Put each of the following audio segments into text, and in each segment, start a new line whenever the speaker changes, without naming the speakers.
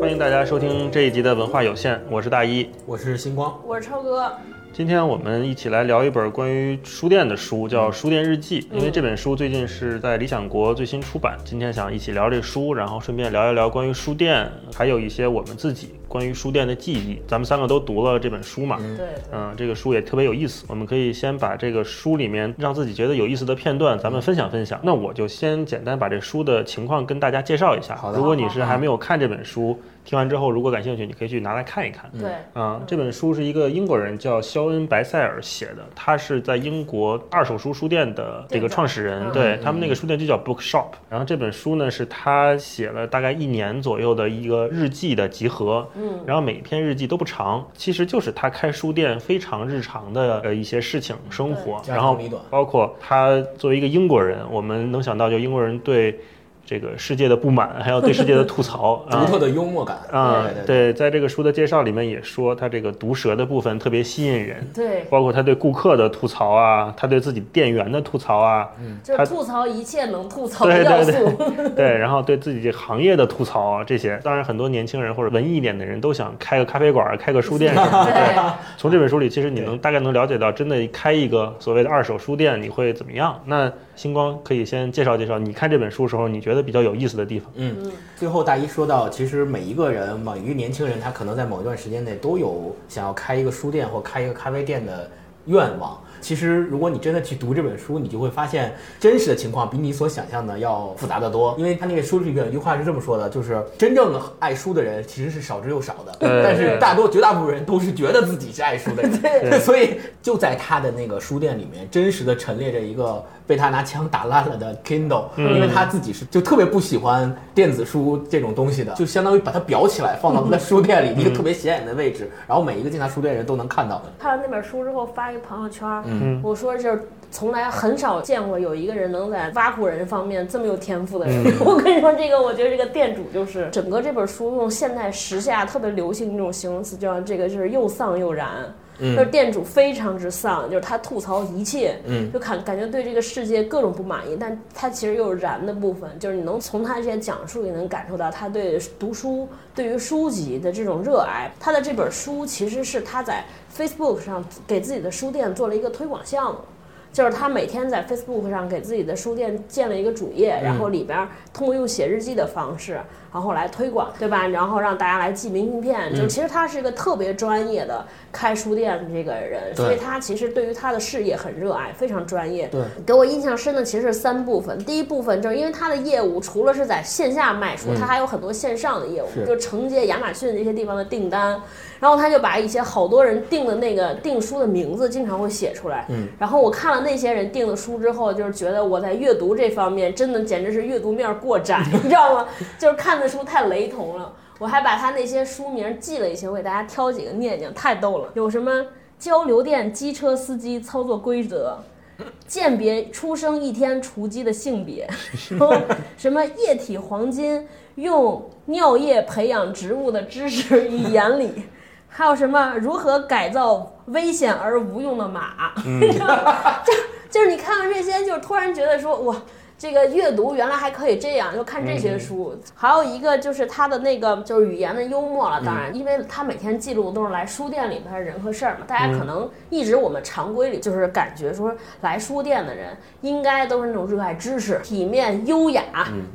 欢迎大家收听这一集的文化有限，我是大一。
我是星光，
我是超哥，
今天我们一起来聊一本关于书店的书，叫《书店日记》。因为这本书最近是在理想国最新出版，今天想一起聊这书，然后顺便聊一聊关于书店，还有一些我们自己关于书店的记忆。咱们三个都读了这本书嘛，
嗯
对，
嗯，这个书也特别有意思，我们可以先把这个书里面让自己觉得有意思的片段，咱们分享分享。那我就先简单把这书的情况跟大家介绍一下。
好的嗯
如果你是还没有看这本书，听完之后如果感兴趣，你可以去拿来看一看。
对，
啊、这本书是一个英国人叫肖恩·白塞尔写的，他是在英国二手书书店的这个创始人，
店长
嗯
对他们那个书店就叫 Bookshop。然后这本书呢是他写了大概一年左右的一个日记的集合，
嗯，
然后每一篇日记都不长，其实就是他开书店非常日常的呃一些事情、生活，
家
然后
长里短
包括他作为一个英国人，我们能想到就英国人对这个世界的不满，还有对世界的吐 槽啊
独。特的幽默感
啊、
对对
对，
对，
在这个书的介绍里面也说，他这个毒舌的部分特别吸引人，
对，
包括他对顾客的吐槽啊，他对自己店员的吐槽 啊，
就
他
吐槽一切能吐槽的
对
要
对
素，
对对，然后对自己这行业的吐槽啊，这些，当然很多年轻人或者文艺一点的人都想开个咖啡馆儿、开个书 店什么的。对，从这本书里，其实你能大概能了解到，真的开一个所谓的二手书店，你会怎么样？那星光可以先介绍介绍，你看这本书时候，你觉得比较有意思的地方。
最后大一说到，其实每一个人，每一个年轻人，他可能在某一段时间内都有想要开一个书店或开一个咖啡店的愿望。其实，如果你真的去读这本书，你就会发现真实的情况比你所想象的要复杂得多。因为他那个书里面有一句话是这么说的，就是真正爱书的人其实是少之又少的，
对
但是
对
大多绝大部分人都是觉得自己是爱书的人。
对
所以就在他的那个书店里面，真实的陈列着一个被他拿枪打烂了的 Kindle，、因
嗯
为他自己是就特别不喜欢电子书这种东西的，就相当于把它裱起来放到他的书店
嗯
里一个特别显眼的位置，然后每一个进他书店的人都能看到的。
看了那本书之后发一朋友圈，
嗯
我说是从来很少见过有一个人能在挖苦人方面这么有天赋的人。
嗯
我跟你说，这个我觉得这个店主就是整个这本书用现代时下特别流行一种形容词，就像这个就是又丧又然。
嗯
就是店主非常之丧，就是他吐槽一切，嗯，就感感觉对这个世界各种不满意，但他其实又有燃的部分，就是你能从他这些讲述里能感受到他对读书、对于书籍的这种热爱。他的这本书其实是他在 Facebook 上给自己的书店做了一个推广项目。就是他每天在 Facebook 上给自己的书店建了一个主页，然后里边儿通过用写日记的方式，然后来推广，对吧？然后让大家来寄明信片。就其实他是一个特别专业的开书店的这个人，所以他其实对于他的事业很热爱，非常专业。
对，
给我印象深的其实是三部分。第一部分就是因为他的业务除了是在线下卖书，他还有很多线上的业务，
是
就承接亚马逊这些地方的订单。然后他就把一些好多人订的那个订书的名字经常会写出来，嗯，然后我看了那些人订的书之后，就是觉得我在阅读这方面真的简直是阅读面儿过窄，你知道吗？就是看的书太雷同了。我还把他那些书名记了一些，我给大家挑几个念念，太逗了。有什么交流电机车司机操作规则，鉴别出生一天雏鸡的性别，然后什么液体黄金用尿液培养植物的知识与原理，还有什么如何改造危险而无用的马，就就是你看完这些，就是突然觉得说哇。这个阅读原来还可以这样，就看这些书。还有一个就是他的那个就是语言的幽默了，当然，因为他每天记录都是来书店里边的人和事儿嘛。大家可能一直我们常规里就是感觉说来书店的人应该都是那种热爱知识、体面、优雅，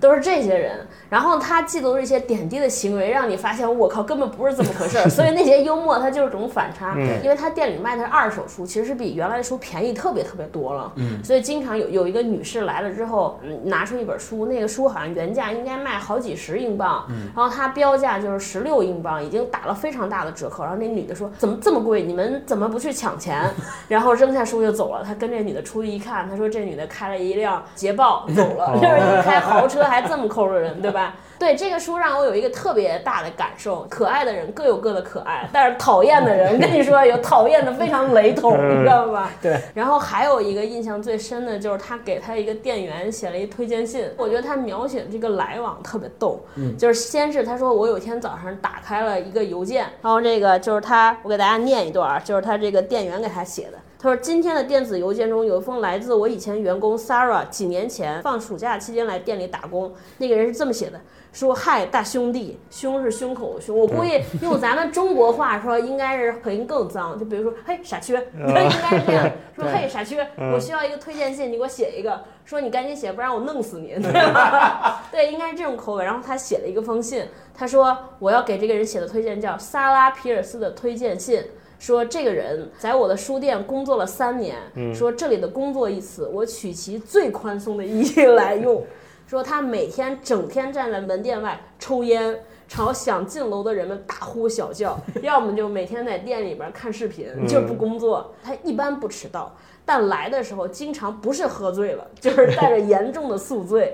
都是这些人。然后他记录这些点滴的行为，让你发现我靠根本不是这么回事儿。所以那些幽默它就是种反差，因为他店里卖的是二手书，其实是比原来的书便宜特别特别多了。嗯，所以经常有有一个女士来了之后，嗯拿出一本书，那个书好像原价应该卖好几十英镑，然后它标价就是十六英镑，已经打了非常大的折扣。然后那女的说：“怎么这么贵？你们怎么不去抢钱？” 然后扔下书就走了。他跟这女的出去一看，他说这女的开了一辆捷豹走了，就是开豪车还这么抠着人，对吧？对这个书让我有一个特别大的感受，可爱的人各有各的可爱，但是讨厌的人，跟你说有讨厌的非常雷同，你知道吧？
对。
然后还有一个印象最深的就是他给他一个店员写了一推荐信，我觉得他描写这个来往特别逗，就是先是他说我有一天早上打开了一个邮件，然后这个就是他，我给大家念一段，啊，就是他这个店员给他写的。他说今天的电子邮件中有一封来自我以前员工 Sarah 几年前放暑假期间来店里打工，那个人是这么写的。说嗨，大兄弟，胸是胸口的胸，我估计用咱们中国话说，应该是口音更脏。就比如说，嘿，傻缺， 应该是这样。说嘿，傻缺，我需要一个推荐信，你给我写一个。说你赶紧写，不然我弄死你，对吧？对，应该是这种口吻。然后他写了一个封信，他说我要给这个人写的推荐叫萨拉皮尔斯的推荐信。说这个人在我的书店工作了三年，说这里的工作一词，我取其最宽松的意义来用。说他每天整天站在门店外抽烟，朝想进楼的人们大呼小叫，要么就每天在店里边看视频，就不工作。他一般不迟到，但来的时候经常不是喝醉了， 就是带着严重的宿醉。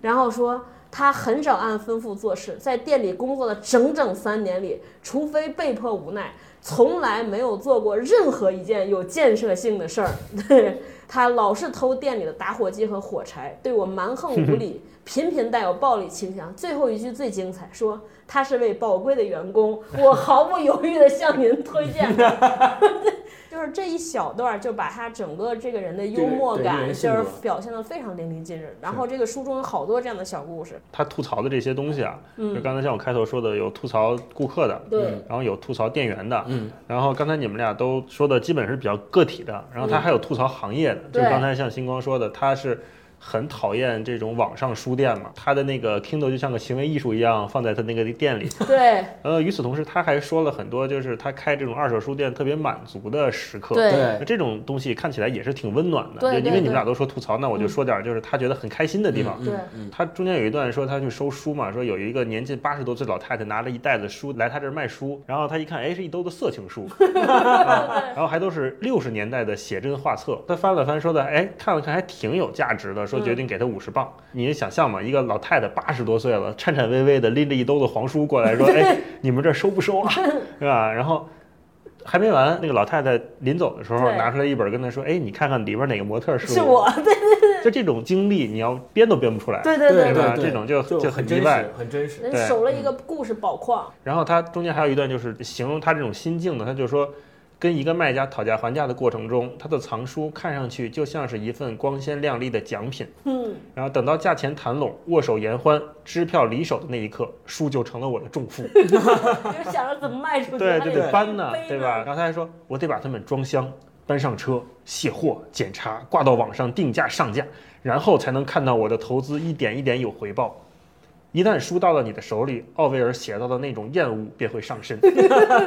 然后说他很少按吩咐做事，在店里工作了整整三年里，除非被迫无奈，从来没有做过任何一件有建设性的事儿。 他老是偷店里的打火机和火柴，对我蛮横无 理，频频带有暴力倾向。最后一句最精彩，说他是位宝贵的员工，我毫不犹豫地向您推荐的。 就是这一小段就把他整个这个人的幽默
对对这个
感，
人
就
性
是
格
表现得非常淋漓尽致。然后这个书中有好多这样的小故事，
他吐槽的这些东西啊，就刚才像我开头说的，有吐槽顾客的，
嗯对，
然后有吐槽店员的，嗯，然后刚才你们俩都说的基本是比较个体的，然后他还有吐槽行业的，就
嗯对
刚才像星光说的，他是。很讨厌这种网上书店嘛，他的那个 Kindle 就像个行为艺术一样放在他那个店里。
对
呃，与此同时，他还说了很多，就是他开这种二手书店特别满足的时刻。
对
那这种东西看起来也是挺温暖的，
对
就因
对
为你们
对嗯
俩都说吐槽，那我就说点儿就是他觉得很开心的地方。
对
他中间有一段说他去收书嘛，说有一个年近八十多岁老太太拿了一袋子书来他这儿卖书，然后他一看，哎，是一兜子色情 书，啊、然后还都是六十年代的写真画册。他翻了翻，说的，哎，看了看还挺有价值的，说决
嗯
定给他五十磅。你也想象嘛，一个老太太八十多岁了，颤颤巍巍的拎着一兜子黄书过 来说，哎，你们这儿收不收啊？是吧？然后。还没完，那个老太太临走的时候
对
拿出来一本，跟他说：“哎，你看看里边哪个模特儿
是我，对
就这种经历，你要编都编不出来。
对对
对吧这种就
就
就
很
很
真
意外
实，很真实。
人
对
守了一个故事宝矿，
然后他中间还有一段就是形容他这种心境的，他就说，跟一个卖家讨价还价的过程中，他的藏书看上去就像是一份光鲜亮丽的奖品，
嗯，
然后等到价钱谈拢、握手言欢、支票离手的那一刻，书就成了我的重负。
就是想着怎么卖出去，
对，
还
就
得
得搬呢
背，呢
对吧？然后他还说，我得把它们装箱、搬上车、卸货、检查、挂到网上定价上架，然后才能看到我的投资一点一点有回报。一旦书到了你的手里，奥威尔写到的那种厌恶便会上 身，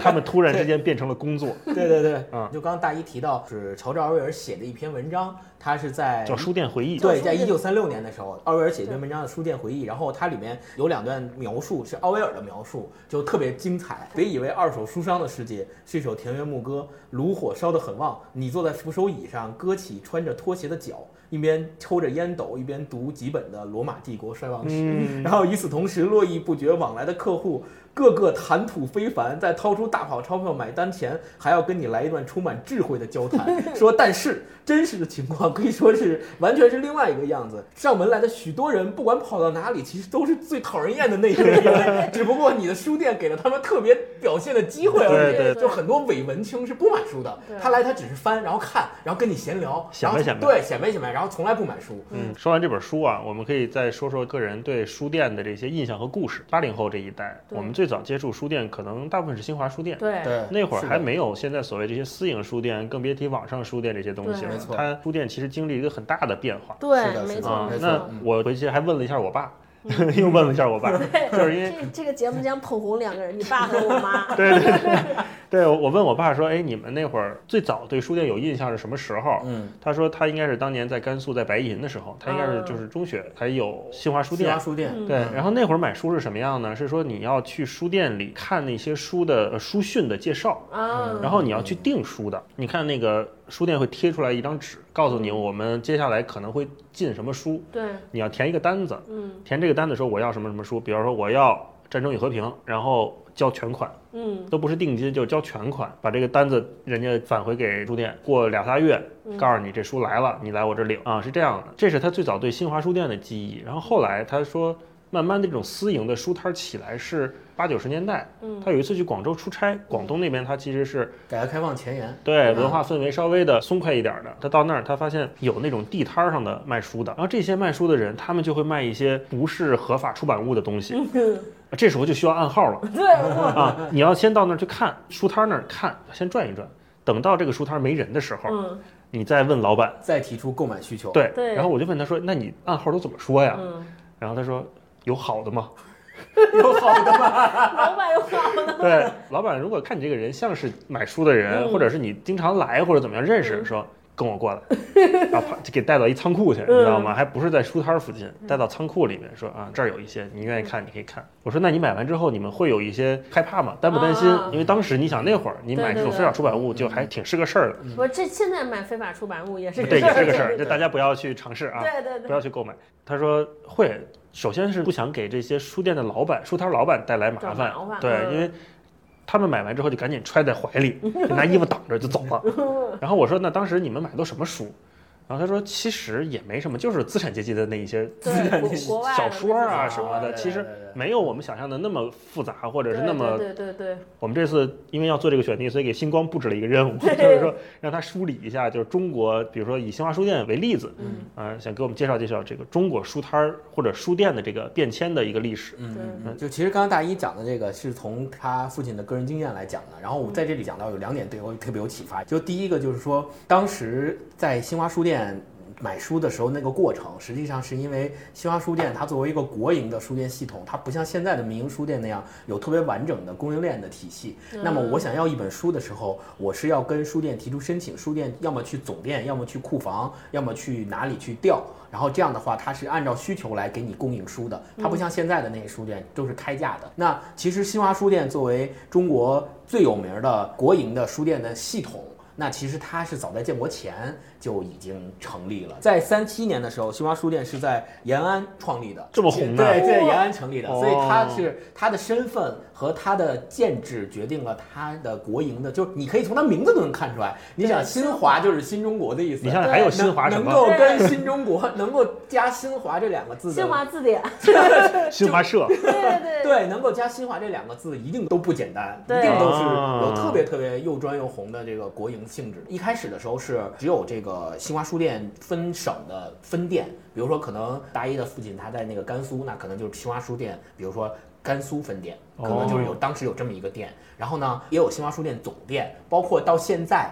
他们突然之间变成了工作，
对对对，
嗯
就刚刚大一提到是乔治奥威尔写的一篇文章，他是
哎
在
叫书店回忆。
对，
叫
在
书
一
店
九三六年的时候，奥威尔写一篇文章叫《书店回忆》，然后它里面有两段描述是奥威尔的描述，就特别精彩。别以为二手书商的世界是一首田园牧歌，炉火烧得很旺，你坐在扶手椅上，搁起穿着拖鞋的脚，一边抽着烟斗，一边读几本的《罗马帝国衰亡史》
嗯
然后与此同时，络绎不绝往来的客户个个谈吐非凡，在掏出大跑钞票买单前，还要跟你来一段充满智慧的交谈，说但是真实的情况可以说是完全是另外一个样子。上门来的许多人，不管跑到哪里，其实都是最讨人厌的那一个人，只不过你的书店给了他们特别表现的机会而已。
对对
就很多伪文青是不买书的，
对
他来他只是翻，然后看，然后跟你闲聊，
显
然后
摆显摆
对显摆显摆，然后从来不买书。
嗯，说完这本书啊，我们可以再说说个人对书店的这些印象和故事。八零后这一代，
对
我们最早接触书店，可能大部分是新华书店。
对
对
那会儿
是的
还没有现在所谓这些私营书店，更别提网上书店这些东西
对
了
没。错
它书店其实经历一个很大的变化
是
对，
的是的
没错
啊
没。错
那
嗯
我回去还问了一下我爸， 又问了一下我 爸，就是因为。
这这个节目将捧红两个人，你爸和我 妈。啊
对对对对，对我我问我爸说，哎，你们那会儿最早对书店有印象是什么时候？
嗯，
他说他应该是当年在甘肃在白银的时候，他应该是就是中学才有新华书
哦新
店
华。书店，嗯
对，然后那会儿买书是什么样呢？是说你要去书店里看那些书的呃书讯的介绍，
啊，
嗯然后你要去订书的，你看那个书店会贴出来一张纸，告诉你我们接下来可能会进什么书，
对，
你要填一个单子。
嗯
填这个单子说我要什么什么书，比方说我要《战争与和平》，然后交全款，
嗯，
都不是定金，就交全款，把这个单子人家返回给书店，过俩仨月告诉你这书来了，你来我这领啊，是这样的。这是他最早对新华书店的记忆。然后后来他说。慢慢的这种私营的书摊儿起来是八九十年代。
嗯
他有一次去广州出差，广东那边他其实是
改革开放前沿，
对
嗯
文化氛围稍微的松快一点儿的。他到那儿，他发现有那种地摊儿上的卖书的，然后这些卖书的人，他们就会卖一些不是合法出版物的东西，啊这时候就需要暗号了。
对，嗯我
啊，你要先到那儿去看书摊儿那儿看，先转一转。等到这个书摊儿没人的时候，
嗯
你再问老板。
再提出购买需求。，
对，
对
然后我就问他说：“那你暗号都怎么说呀
嗯，？”
然后他说：“有好的吗
有好的吗？
老板 又好了，？”
对，老板如果看你这个人像是买书的人，
嗯
或者是你经常来或者怎么样认识，
嗯
说跟我过来，然后啪就给带到一仓库去，你知道吗？还不是在书摊儿附近，带到仓库里面说啊，这儿有一些，你愿意看你可以看。我说那你买完之后你们会有一些害怕吗？担不担心
啊？
因为当时你想那会儿你买这种
对对对
非法出版物就还挺是个事儿的。
我这现在买非法出版物也是
对，也是个事
对
儿，就大家不要去尝试啊，
对对
不
对，
要去购买。他说会，首先是不想给这些书店的老板、书摊老板带来麻
找
烦啊
麻，烦
对，
嗯
因为他们买完之后就赶紧揣在怀 里，就拿衣服挡着就走了。然后我说那当时你们买都什么书？然后他说其实也没什么，就是资产阶级的那一些
对国国外的
小说 啊
那种
什么的，
对
其实
对对
没有我们想象的那么复杂，或者
对
是那么
对对对
我们这次因为要做这个选题，所以给星光布置了一个任 务，就是说让他梳理一下，就是中国，比如说以新华书店为例子，
嗯
啊、想给我们介绍介绍这个中国书摊儿或者书店的这个变迁的一个历 史。
嗯
对
嗯，嗯就其实刚刚大一讲的这个是从他父亲的个人经验来讲的，然后我在这里讲到有两点对我特别有启发，就第一个就是说，当时在新华书店。买书的时候，那个过程实际上是因为新华书店它作为一个国营的书店系统，它不像现在的民营书店那样有特别完整的供应链的体系。那么我想要一本书的时候，我是要跟书店提出申请，书店要么去总店，要么去库房，要么去哪里去调。然后这样的话，它是按照需求来给你供应书的，它不像现在的那些书店都是开价的。那其实新华书店作为中国最有名的国营的书店的系统。那其实它是早在建国前就已经成立了，在三七年的时候，新华书店是在延安创立的，
这么红的
对，在延安成立的，
哦
所以它是他的身份和他的建制决定了他的国营的，就是你可以从他名字都能看出来。你想，新华就是新中国的意思，
你想想还有新华什
能能
么？
够跟新中国能够加新华这两个字
对，
的，
新华 字典，
新华社，
对对
对能够加新华这两个字，一定都不简单，
对
一定都是
啊
有特别特别又专又红的这个国营性质。一开始的时候是只有这个新华书店分省的分店，比如说可能大一的父亲他在那个甘肃，那可能就是新华书店，比如说。甘肃分店可能就是有当时有这么一个店，然后呢也有新华书店总店，包括到现在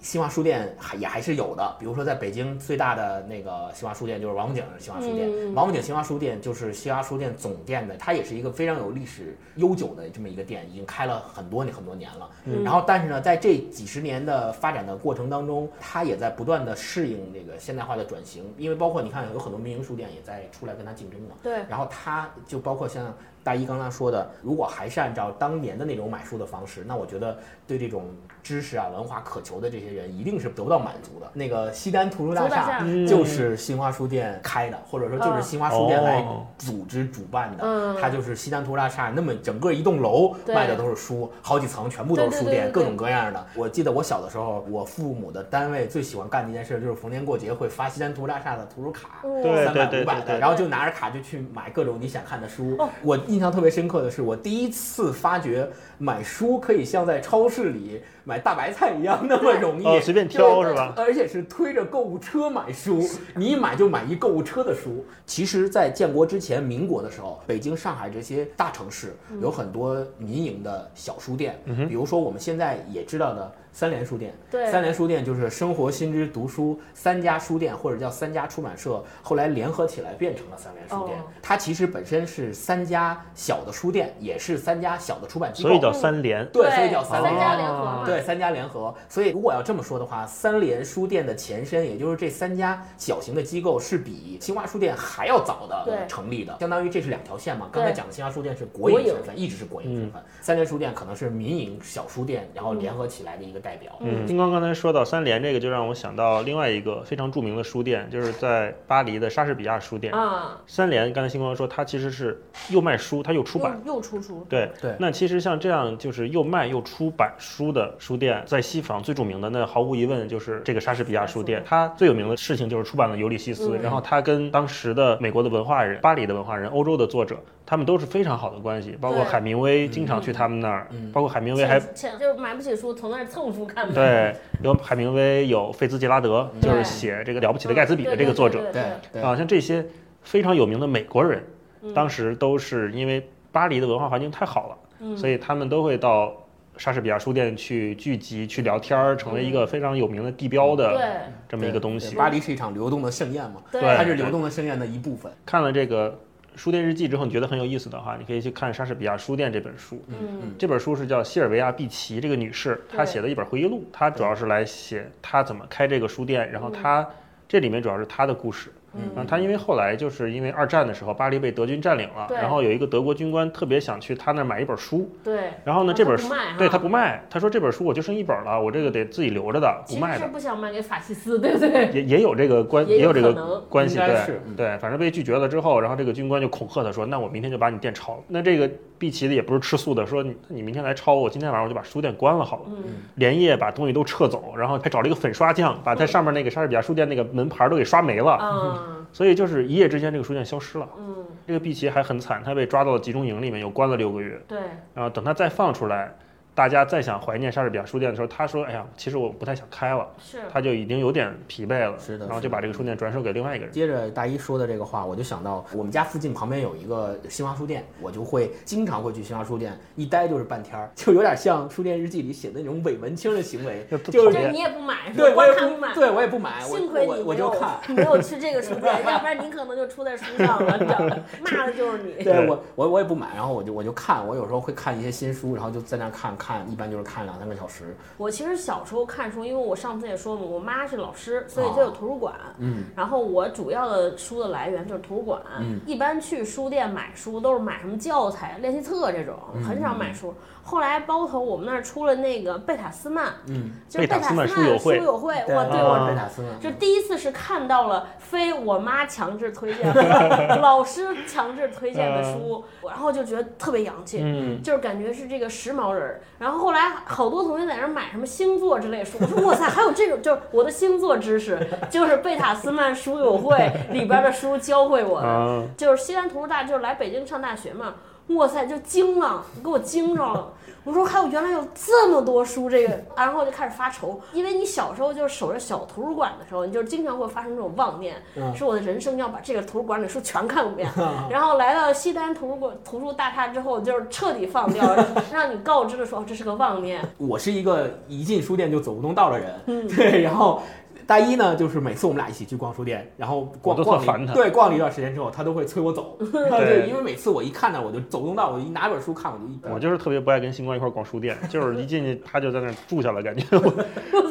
新华书店还也还是有的，比如说在北京最大的那个新华书店就是王府井新华书店，
嗯
王府井新华书店就是新华书店总店的，它也是一个非常有历史悠久的这么一个店，已经开了很多年很多年了。然后但是呢，在这几十年的发展的过程当中，它也在不断的适应这个现代化的转型，因为包括你看有很多民营书店也在出来跟它竞争嘛。
对
然后它就包括像大一刚刚说的，如果还是按照当年的那种买书的方式，那我觉得对这种知识啊、文化渴求的这些人一定是得不到满足的。那个西单图书大
图书大厦
厦
嗯
就是新华书店开的，或者说就是新华书店来
哦
组织主办的。
嗯
它就是西单图书大厦，那么整个一栋楼
对
卖的都是书，好几层全部都是书
对对对对
店，
对
各种各样的。我记得我小的时候，我父母的单位最喜欢干的一件事就是逢年过节会发西单图书大厦的图书卡。
嗯
对
三百
对
五百
对
的，然后就拿着卡就去买各种你想看的书
哦。
我印象特别深刻的是，我第一次发觉买书可以像在超市里买大白菜一样那么容易。
哦，随便挑是吧？
而且是推着购物车买书，你一买就买一购物车的书。其实，在建国之前，民国的时候，北京、上海这些大城市有很多民营的小书店，比如说我们现在也知道的三联书店。
对
三联书店就是生活、新知、读书三家书店，或者叫三家出版社，后来联合起来变成了三联书店。
哦
它其实本身是三家小的书店，也是三家小的出版机构，
所以叫三联。
对，所以叫三
三
联
家联合嘛，
啊对，三家联合。所以如果要这么说的话，三联书店的前身，也就是这三家小型的机构，是比新华书店还要早
对
的成立的，相当于这是两条线嘛。刚才
对嗯
讲的新华书店是国营身份，一直是国营身份，三联书店可能是民营小书店，然后联合起来的一个个代表。
嗯，金光刚才说到三联这个，就让我想到另外一个非常著名的书店，就是在巴黎的莎士比亚书店。
啊，
三联，刚才星光说，它其实是又卖书，它又出版。
又又出书，
对
对
那其实像这样就是又卖又出版书的书店，在西方最著名的那毫无疑问就是这个莎士比亚书店。它最有名的事情就是出版了《尤利西斯》，
嗯
然后它跟当时的美国的文化人、巴黎的文化人、欧洲的作者，他们都是非常好的关系，包括
对嗯
海明威经常去他们那儿，
嗯
包括海明威还
欠欠就是买不起书，从那儿蹭书 看嘛。
对，有海明威，有费兹杰拉德，
嗯
就是
对
写这个《了不起的盖茨比》的这个作者
对对
对对
啊，像这些非常有名的美国人，
嗯
当时都是因为巴黎的文化环境太好了，
嗯，
所以他们都会到莎士比亚书店去聚集、去聊天儿，成为一个非常有名的地标的
嗯对
这么一个东西
对。巴黎是一场流动的盛宴嘛，
对
它是流动的盛宴的一部分。
看了这个书店日记之后，你觉得很有意思的话，你可以去看《莎士比亚书店》这本书。
嗯
这本书是叫谢尔维亚·碧琪这个女士
对
她写的一本回忆录，她主要是来写她怎么开这个书店，然后她这里面主要是她的故事。然后
嗯
她因为后来就是因为二战的时候，巴黎被德军占领了，
对
然后有一个德国军官特别想去她那儿买一本书，
对，
然后呢
啊
这
他
本
不
书
卖
对
哈
他不卖，他说这本书我就剩一本了，我这个得自己留着的，不
其
卖
实是
的。
不想卖给法西斯，对不 对？
也也有这个关，
也有
有这个
可能
关系，
应该
对
是嗯
对，反正被拒绝了之后，然后这个军官就恐吓他说：“那我明天就把你店抄了。”那这个碧琪的也不是吃素的，说你你明天来抄我，今天晚上我就把书店关了好了。
嗯，
连夜把东西都撤走，然后还找了一个粉刷匠，把它上面那个莎士比亚书店那个门牌都给刷没
嗯
了。
啊，
所以就是一夜之间，这个书店消失了。
嗯，
这个碧琪还很惨，他被抓到了集中营里面，又关了六个月。
对，
然后等他再放出来，大家再想怀念莎士比亚书店的时候，他说：“哎呀，其实我不太想开了。”
是，
他就已经有点疲惫了，
嗯是的
然后
是
就
的嗯
把这个书店转手给另外一个人。
接着大一说的这个话，我就想到我们家附近旁边有一个新华书店，我就会经常会去新华书店，一待就是半天儿，就有点像《书店日记》里写的那种伪文青的行为，
就
就
特
是
别
就你也不买，
对我
光
也
看不
不，
买。
对我也不买，我
幸亏你
我我
没
就
有
看。
没有去这个书店，要不然你可能就出在书上了，你知道吧？骂的就是 你。
对
对
我我我也不买，然后我就我就看，我有时候会看一些新书，然后就在那儿看看，一般就是看两三个小时。
我其实小时候看书，因为我上次也说嘛，我妈是老师，所以就有图书馆。
啊嗯，
然后我主要的书的来源就是图书馆。
嗯
一般去书店买书都是买什么教材、练习册这种，
嗯
很少买书。后来包头我们那儿出了那个贝塔斯曼，
嗯，
就
贝
是
塔
塔
斯曼
斯
书友
书
会
友会，哇，对
啊
我
我贝塔斯曼，
就第一次是看到了非我妈强制推荐的、老师强制推荐的书，然后就觉得特别洋气。
嗯，
就是感觉是这个时髦人儿，然后后来好多同学在那儿买什么星座之类的书，我说哇塞，还有这种，就是我的星座知识，就是贝塔斯曼书友会里边的书教会我的，
嗯
啊，
就是西南图书大，就是来北京上大学嘛，哇塞，就惊了，给我惊着了。我说还有原来有这么多书，这个，然后就开始发愁，因为你小时候就是守着小图书馆的时候，你就经常会发生这种妄念，
嗯
说我的人生要把这个图书馆里的书全看一遍。然后来到西单图书馆图书大厦之后，就是彻底放掉， 让你告知的说哦这是个妄念。
我是一个一进书店就走不动道的人，
嗯
对，然后。大一呢，就是每次我们俩一起去逛书店，然后
我
逛
都特
逛
烦
了一
他
对，逛了一段时间之后，他都会催我 走，对，因为每次我一看到我就走不动道，我一拿本书看我就一
我就是特别不爱跟星光一块儿逛书店，就是一进去他就在那儿住下了，感觉我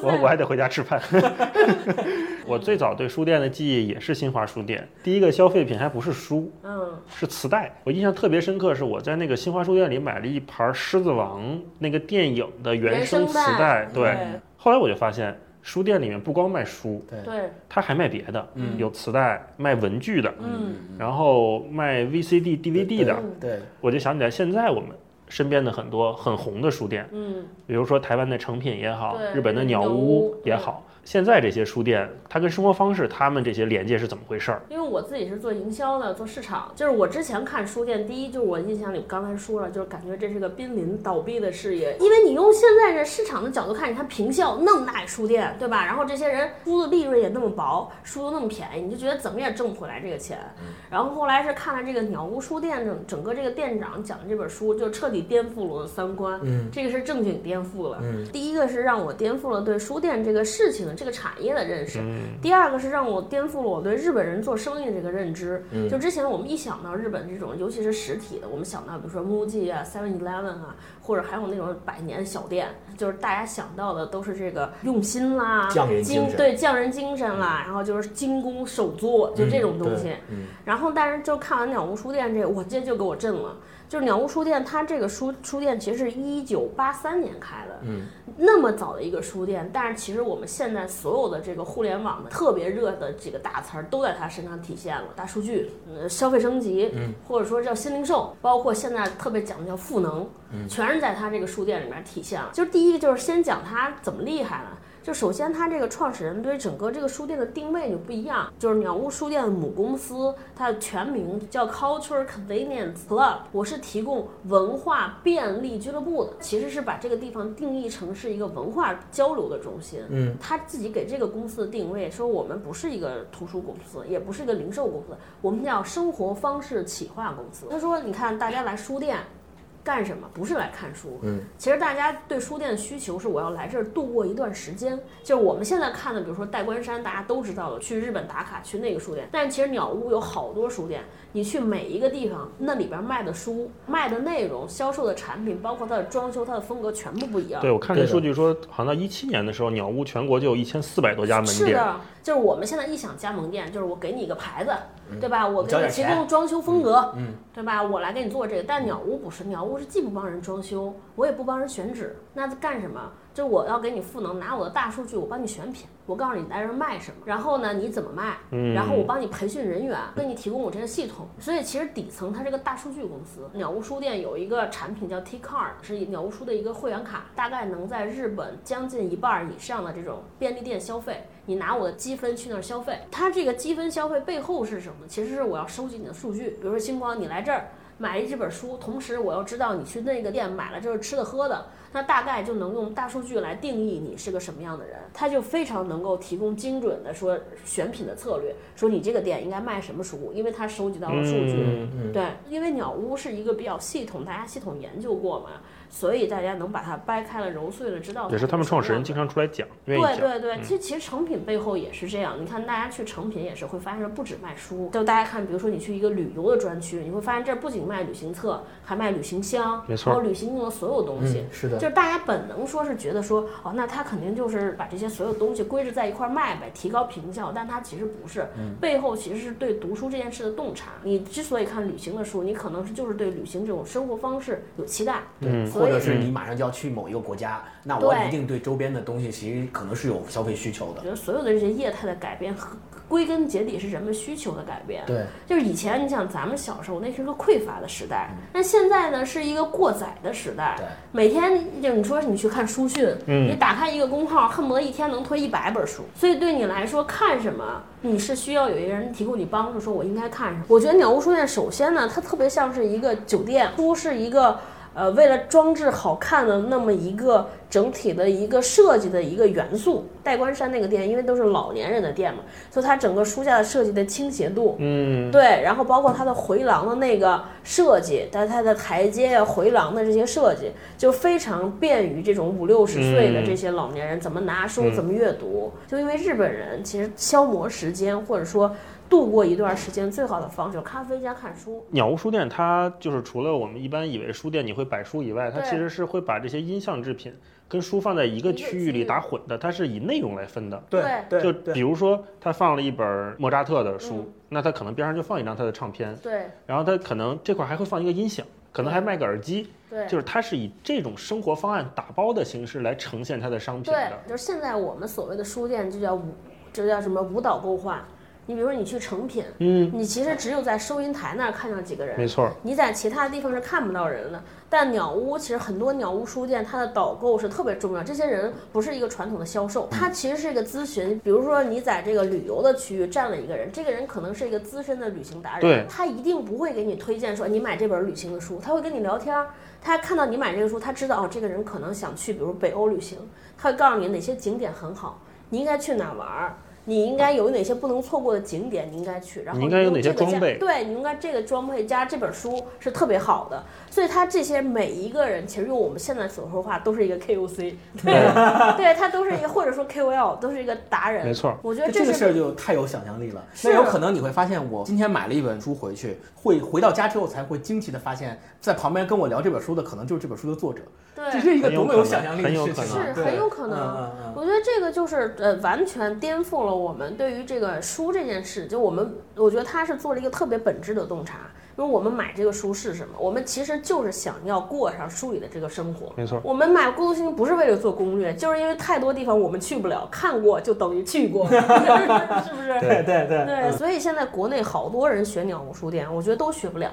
我我还得回家吃饭。 我最早对书店的记忆也是新华书店，第一个消费品还不是书，
嗯，
是磁带。我印象特别深刻，是我在那个新华书店里买了一盘《狮子王》那个电影的原声磁带，对。
对
后来我就发现，书店里面不光卖书，
对，
它还卖别的，
嗯
有磁带，卖文具的，
嗯，
然后卖 VCD、DVD 的。
嗯
对，
我就想起来，现在我们身边的很多很红的书店，
嗯，
比如说台湾的诚品也好
对，
日本的鸟
鸟
屋
屋
也好，现在这些书店，它跟生活方式，他们这些连接是怎么回事儿？
因为我自己是做营销的，做市场，就是我之前看书店，第一就是我印象里刚才说了，就是感觉这是个濒临倒闭的事业，因为你用现在这市场的角度看，你看平效那么大一书店，对吧？然后这些人书的利润也那么薄，书又那么便宜，你就觉得怎么也挣不回来这个钱。然后后来是看了这个鸟屋书店整整个这个店长讲的这本书，就彻底颠覆了我的三观，
嗯
这个是正经颠覆了。
嗯
第一个是让我颠覆了对书店这个事情的这个产业的认识，第二个是让我颠覆了我对日本人做生意的这个认知。
嗯
就之前我们一想到日本这种，尤其是实体的，我们想到比如说 MUJI 啊、Seven Eleven 啊，或者还有那种百年小店，就是大家想到的都是这个用心啦、
匠人精
精
神
对匠人精神啦，然后就是精工手作，就这种东西。
嗯
然后，但是就看完鸟屋书店这个，我这就给我震了。就是鸟屋书店，它这个书书店其实是一九八三年开的，
嗯，
那么早的一个书店，但是其实我们现在所有的这个互联网的特别热的几个大词儿都在它身上体现了，大数据、呃消费升级，嗯，或者说叫新零售，包括现在特别讲的叫赋能，嗯，全是在它这个书店里面体现了。就是第一个就是先讲它怎么厉害了。就首先，它这个创始人对整个这个书店的定位就不一样，就是鸟屋书店的母公司，它的全名叫 Culture Convenience Club，我是提供文化便利俱乐部的，其实是把这个地方定义成是一个文化交流的中心。
嗯，
他自己给这个公司的定位说，我们不是一个图书公司，也不是一个零售公司，我们叫生活方式企划公司。他说，你看大家来书店。干什么？不是来看书。
嗯，
其实大家对书店的需求是，我要来这儿度过一段时间。就是我们现在看的，比如说代官山，大家都知道了，去日本打卡去那个书店。但其实鸟屋有好多书店，你去每一个地方，那里边卖的书、卖的内容、销售的产品，包括它的装修、它的风格，全部不一样。
对，我看这
对的
数据说，好像到一七年的时候，鸟屋全国就有一千四百多家门
是
店。
的，就是我们现在一想加盟店，就是我给你一个牌子，对吧？我给
嗯交
你
点
提
钱
供装修风格，
嗯嗯
对吧？我来给你做这个。但鸟屋不是，鸟屋是既不帮人装修，我也不帮人选址，那干什么？就是我要给你赋能，拿我的大数据，我帮你选品，我告诉你来这儿卖什么，然后呢你怎么卖，
嗯
然后我帮你培训人员，给你提供我这个系统。所以其实底层它是个大数据公司。鸟屋书店有一个产品叫 T Card，是鸟屋书的一个会员卡，大概能在日本将近一半儿以上的这种便利店消费。你拿我的积分去那儿消费，它这个积分消费背后是什么？其实是我要收集你的数据，比如说星光，你来这儿。买了这本书，同时我又知道你去那个店买了这是吃的喝的，那大概就能用大数据来定义你是个什么样的人，他就非常能够提供精准的说选品的策略，说你这个店应该卖什么书，因为他收集到了数据。
嗯，
对，因为鸟屋是一个比较系统，大家系统研究过嘛，所以大家能把它掰开了揉碎了，知道它
也是他们
什
创
么
始人
样
经
的
常出来讲，愿意
对
讲。嗯
对对，其实其实成品背后也是这样。你看，大家去成品也是会发现，不止卖书，就大家看，比如说你去一个旅游的专区，你会发现这儿不仅卖旅行册，还卖旅行箱，
没错
然后旅行用的所有东西。
嗯，是的，
就是大家本能说是觉得说，哦，那他肯定就是把这些所有东西归置在一块儿卖呗，提高评效。但他其实不是，
嗯
背后其实是对读书这件事的洞察。你之所以看旅行的书，你可能是就是对旅行这种生活方式有期待，
嗯
对，
所
或
以
者是你马上就要去某一个国家，那我
对
一定对周边的东西其实可能是有消费需求
我
的。
觉得所有的这些业态的改变，和归根结底是人们需求的改变。
对，
就是以前你想咱们小时候那是个匮乏的时代，那现在呢是一个过载的时代。
对
每天就你说你去看书讯，你打开一个公号，恨不得一天能推一百本书。所以对你来说，看什么你是需要有一个人提供你帮助，说我应该看什么。我觉得鸟屋书店首先呢，它特别像是一个酒店，书是一个。呃，为了装置好看的那么一个整体的一个设计的一个元素，代官山那个店，因为都是老年人的店嘛，所以它整个书架的设计的倾斜度，
嗯，
对，然后包括它的回廊的那个设计，它它的台阶呀、回廊的这些设计，就非常便于这种五六十岁的这些老年人怎么拿书、怎么阅读。就因为日本人其实消磨时间或者说度过一段时间最好的方式，就是咖啡加看书。
鸟屋书店它就是除了我们一般以为书店你会摆书以外，它
对
其实是会把这些音像制品跟书放在一个
一个
区域
区域
里打混的，它是以内容来分的。
对
就比如说，他放了一本莫扎特的书
嗯，
那他可能边上就放一张他的唱片，
对
然后他可能这块还会放一个音响，可能还卖个耳机，
对
就是它是以这种生活方案打包的形式来呈现它的商品
对
的。，
就是现在我们所谓的书店就叫舞，这叫什么舞蹈购换。你比如说你去成品，
嗯，
你其实只有在收银台那儿看到几个人，
没错，
你在其他地方是看不到人的。但鸟屋其实很多鸟屋书店，它的导购是特别重要。这些人不是一个传统的销售，他其实是一个咨询。比如说你在这个旅游的区域站了一个人，这个人可能是一个资深的旅行达人，
对
他一定不会给你推荐说你买这本旅行的书，他会跟你聊天儿。他看到你买这个书，他知道哦，这个人可能想去，比如北欧旅行，他会告诉你哪些景点很好，你应该去哪儿玩儿。你应该有哪些不能错过的景点，你应该去，然后
你应该有
用
哪些
这个加
装备
对，你应该这个装备加这本书是特别好的。所以他这些每一个人，其实用我们现在所说话都是一 个 KOC，对，对他都是一个或者说 KOL，都是一个达人。
哎没错
我觉得
这
这
个事
是
儿就太有想象力了。
是
那有可能你会发现，我今天买了一本书回去，会回到家之后才会惊奇的发现，在旁边跟我聊这本书的可能就是这本书的作者。这
对。
是一个多么有想象力的
很有
事
可
情
能
啊！
是
对
很有可能
嗯嗯嗯
我觉得这个就是呃，完全颠覆了我们对于这个书这件事。就我们，我觉得他是做了一个特别本质的洞察。因为我们买这个书是什么？我们其实就是想要过上书里的这个生
嗯
活。
没错
我们买《孤独星球》不是为了做攻略，就是因为太多地方我们去不了，看过就等于去 过，是不是？
对对嗯对
对，所以现在国内好多人学鸟屋书店，我觉得都学不了，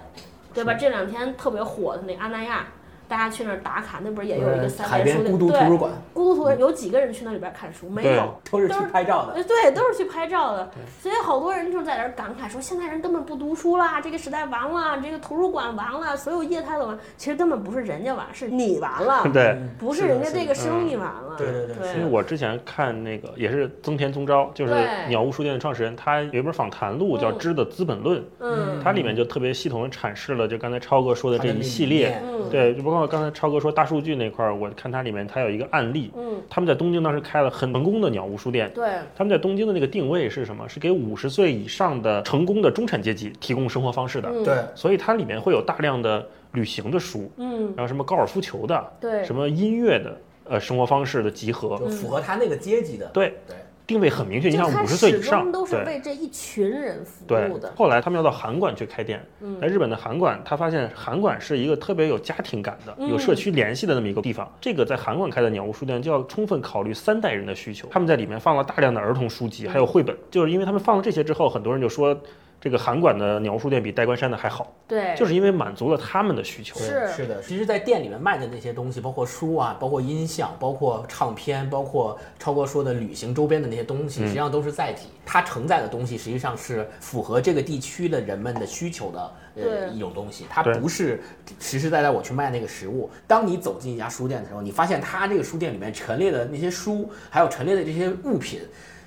对吧？这两天特别火的那阿那亚，大家去那儿打卡，那不是也有一个三
呃海
联
边
书
孤
店？
独
对，
图书馆
孤独图有几个人去那里边看书？没
对
有，
都是去拍照的。
呃对，都是去拍照的。所以好多人就在那儿感慨说，现在人根本不读书啦，这个时代完了，这个图书馆完了，所有业态都完。其实根本不是人家完，是你完了，
对。
不
是
是
的
人家
是的
这个生
嗯
意完了。
对对对
啊对
因为我之前看那个也是增田宗昭，就是
对
鸟屋书店的创始人，他有一本访谈录叫
嗯
《知的资本论》，
嗯
它里面就特别系统的阐释了就刚才超哥说的
它
这
的
一
理
系列
念。
嗯
对，就包括刚才超哥说大数据那块儿，我看它里面它有一个案例，
嗯，
他们在东京当时开了很成功的鸟屋书店。
对，
他们在东京的那个定位是什么？是给五十岁以上的成功的中产阶级提供生活方式的，
嗯
对，
所以它里面会有大量的旅行的书，
嗯，
然后什么高尔夫球的，
对，
什么音乐的，呃，生活方式的集合，
就符合他那个阶级的。
对，
对，
定位很明确。你
就
像
他
五十岁
始
以上
终，都是
对
为这一群人服
对
务的。。嗯
后来他们要到韩馆去开店，在日本的韩馆，他发现韩馆是一个特别有家庭感的、
嗯
有社区联系的那么一个地方。这个在韩馆开的鸟屋书店就要充分考虑三代人的需求。他们在里面放了大量的儿童书
嗯
籍，还有绘本，就是因为他们放了这些之后，很多人就说。这个韩馆的鸟屋书店比代官山的还好，
对，
就是因为满足了他们的需求。
是
是的，其实，在店里面卖的那些东西，包括书啊，包括音响，包括唱片，包括超哥说的旅行周边的那些东西，实际上都是载体。它承载的东西实际上是符合这个地区的人们的需求的呃
对
一种东西，它
对
不是实实在在我去卖那个实物。当你走进一家书店的时候，你发现它这个书店里面陈列的那些书，还有陈列的这些物品。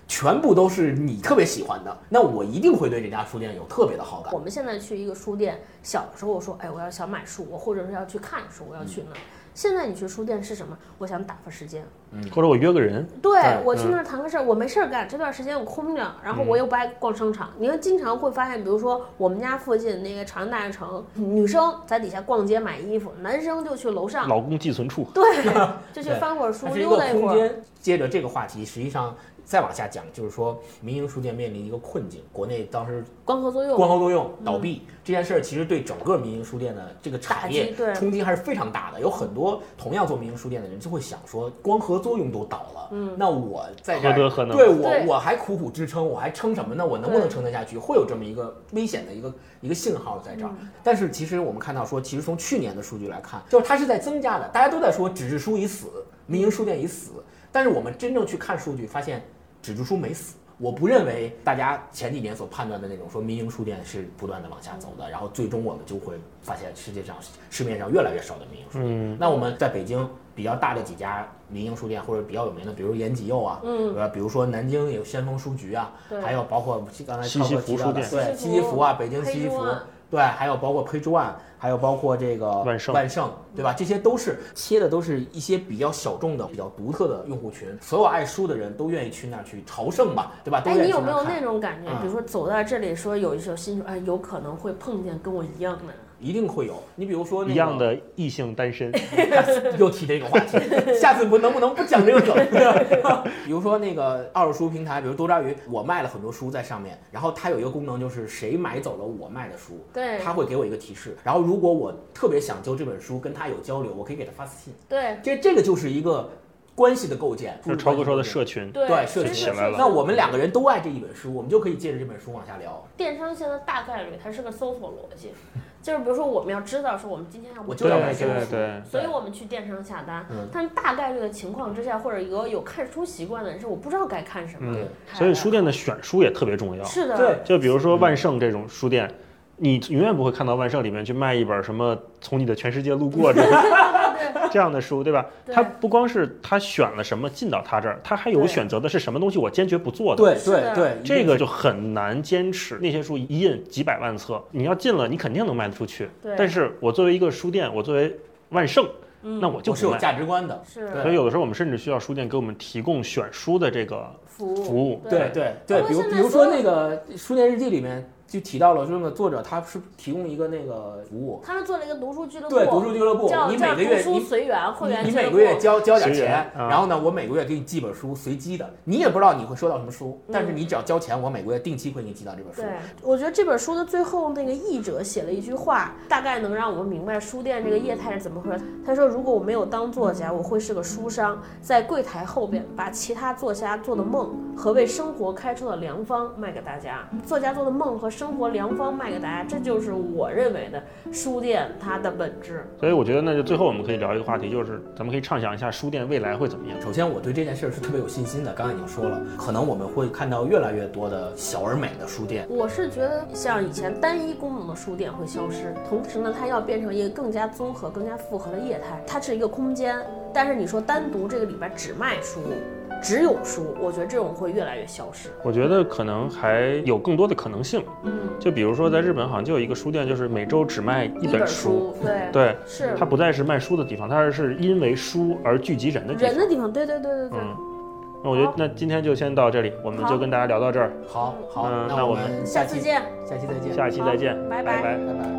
全部都是你特别喜欢的，那我一定会对这家书店有特别的好感
我。们现在去一个书店，小时候我说，哎，我要想买书，我或者是要去看书，我要去
嗯
那儿。现在你去书店是什么？我想打发时间，
或者我约个人，
对
对嗯
我去那儿谈个事儿，我没事儿干，这段时间我空着，然后我又不爱逛商场。你看，经常会发现，比如说我们家附近那个长安大悦城，女生在底下逛街买衣服，男生就去楼上，
老公寄存处，
对，就去
对
翻会儿书，
它是一
溜
个
达一
空
会儿。
间。接着这个话题，实际上再往下讲，就是说民营书店面临一个困境。国内当时
光合作用，
光合作
嗯
用倒闭、这件事儿，其实对整个民营书店的这个产
打
业
击对
冲击还是非常大的。有很多同样做民营书店的人就会想说，光合作用都倒了，嗯，那我在这儿
何德何能
对我
对
我还苦苦支撑，我还撑什么呢？我能不能撑得下去？会有这么一个危险的一个一个信号在这儿。但是其实我们看到说，其实从去年的数据来看，就是它是在增加的。大家都在说纸质书已死，民营书店已死，但是我们真正去看数据，发现纸质书没死。我不认为大家前几年所判断的那种说民营书店是不断的往下走的，然后最终我们就会发现世界上市面上越来越少的民营书店。那我们在北京比较大的几家民营书店或者比较有名的，比如延吉佑啊，
嗯
呃，比如说南京有先锋书局啊
对，
还有包括刚才
西西
超哥
弗
提到
书
的
店
对
西
西
西
西
弗
弗啊，北京西西
黑
弗
猪啊，
对，还有包括胚珠案，还有包括这个
万盛
万盛，对吧？这些都是切的都是一些比较小众的、比较独特的用户群，所有爱书的人都愿意去那儿去朝圣嘛，对吧？都
哎，
愿
你
意去
有没
那
有
儿
那
看，
种感觉？
嗯
比如说走到这里，说有一首新书，哎，有可能会碰见跟我一样的。
一定会有。你比如说那
一样，的异性单身，
嗯
又提这个话题，下次不能不能不讲这个 梗？比如说那个二手书平台，比如多抓鱼，我卖了很多书在上面，然后它有一个功能就是谁买走了我卖的书，
对
它会给我一个提示，然后如果我特别想就这本书跟他有交流，我可以给他发私信。
对
这这个就是一个关系的构建，
就是超哥说的
社
社群。
嗯对
对
其
社
实
起
群
是
来了
那我们两个人都爱这一本书，我们就可以借着这本书往下聊。
啊
电商现在大概率它是个搜索逻辑，就是比如说我们要知道说我们今天要
我就
对
要
买
买
什
这
么
本
对
书
对，
所以我们去电商下单
嗯。
但是大概率的情况之下，或者有有看书习惯的人是我不知道该看什么
嗯，所以书店的选书也特别重要。
是的，
对
就比如说万盛这种书店，你永远不会看到万盛里面去卖一本什么《从你的全世界路过》这种 这样的书，对吧？
对
他不光是他选了什么进到他这儿，他还有
对
选择的是什么东西，我坚决不做的。
对
是
对
的
对，
这个就很难坚持。那些书一印几百万册，你要进了，你肯定能卖得出去。
对
但是我作为一个书店，我作为万盛，
嗯
那我就
我是
不
有
卖。
价值观的，
是
对
所以有的时候我们甚至需要书店给我们提供选书的这个
服务
服务。
对对对，
包括
比如
现
比
在
如
所
说
有
那个《书店日记》里面就提到了，说么作者他是提供一个那个服务，
他们做了一个读书俱乐部，
对读书俱乐部
叫，
你
叫
每个月
读
你
书随缘会员
你
俱乐
每
部，
个月交交点
随缘
钱，
啊
然后呢，我每个月给你寄本书，随机的，你也不知道你会收到什么书，但是你只要交钱，我每个月定期会给你寄到这本书
嗯对。，我觉得这本书的最后那个译者写了一句话，大概能让我们明白书店这个业态是怎么回事。他说：“如果我没有当作家，我会是个书商，在柜台后边把其他作家做的梦和为生活开出的良方卖给大家。作家做的梦和生活良方卖给大家，这就是我认为的书店它的本质。
所以我觉得，那就最后我们可以聊一个话题，就是咱们可以畅想一下书店未来会怎么样。
首先，我对这件事儿是特别有信心的。刚刚已经说了，可能我们会看到越来越多的小而美的书店。
我是觉得，像以前单一功能的书店会消失，同时呢，它要变成一个更加综合、更加复合的业态。它是一个空间，但是你说单独这个里边只卖书，只有书，我觉得这种会越来越消失。
我觉得可能还有更多的可能性，
嗯，
就比如说在日本好像就有一个书店，就是每周只卖一本书，，
嗯对，
对，
是
它不再是卖书的地方，它而是因为书而聚集人的地
人
方。
的地方，对对对对对。
嗯，那我觉得
好
那今天就先到这里，我们
好
就跟大家聊到这儿，
好好，
嗯
那
那
我
我
们
下
期
次见。
下期再见，
下一期再见，
好拜
拜
拜
拜
拜拜。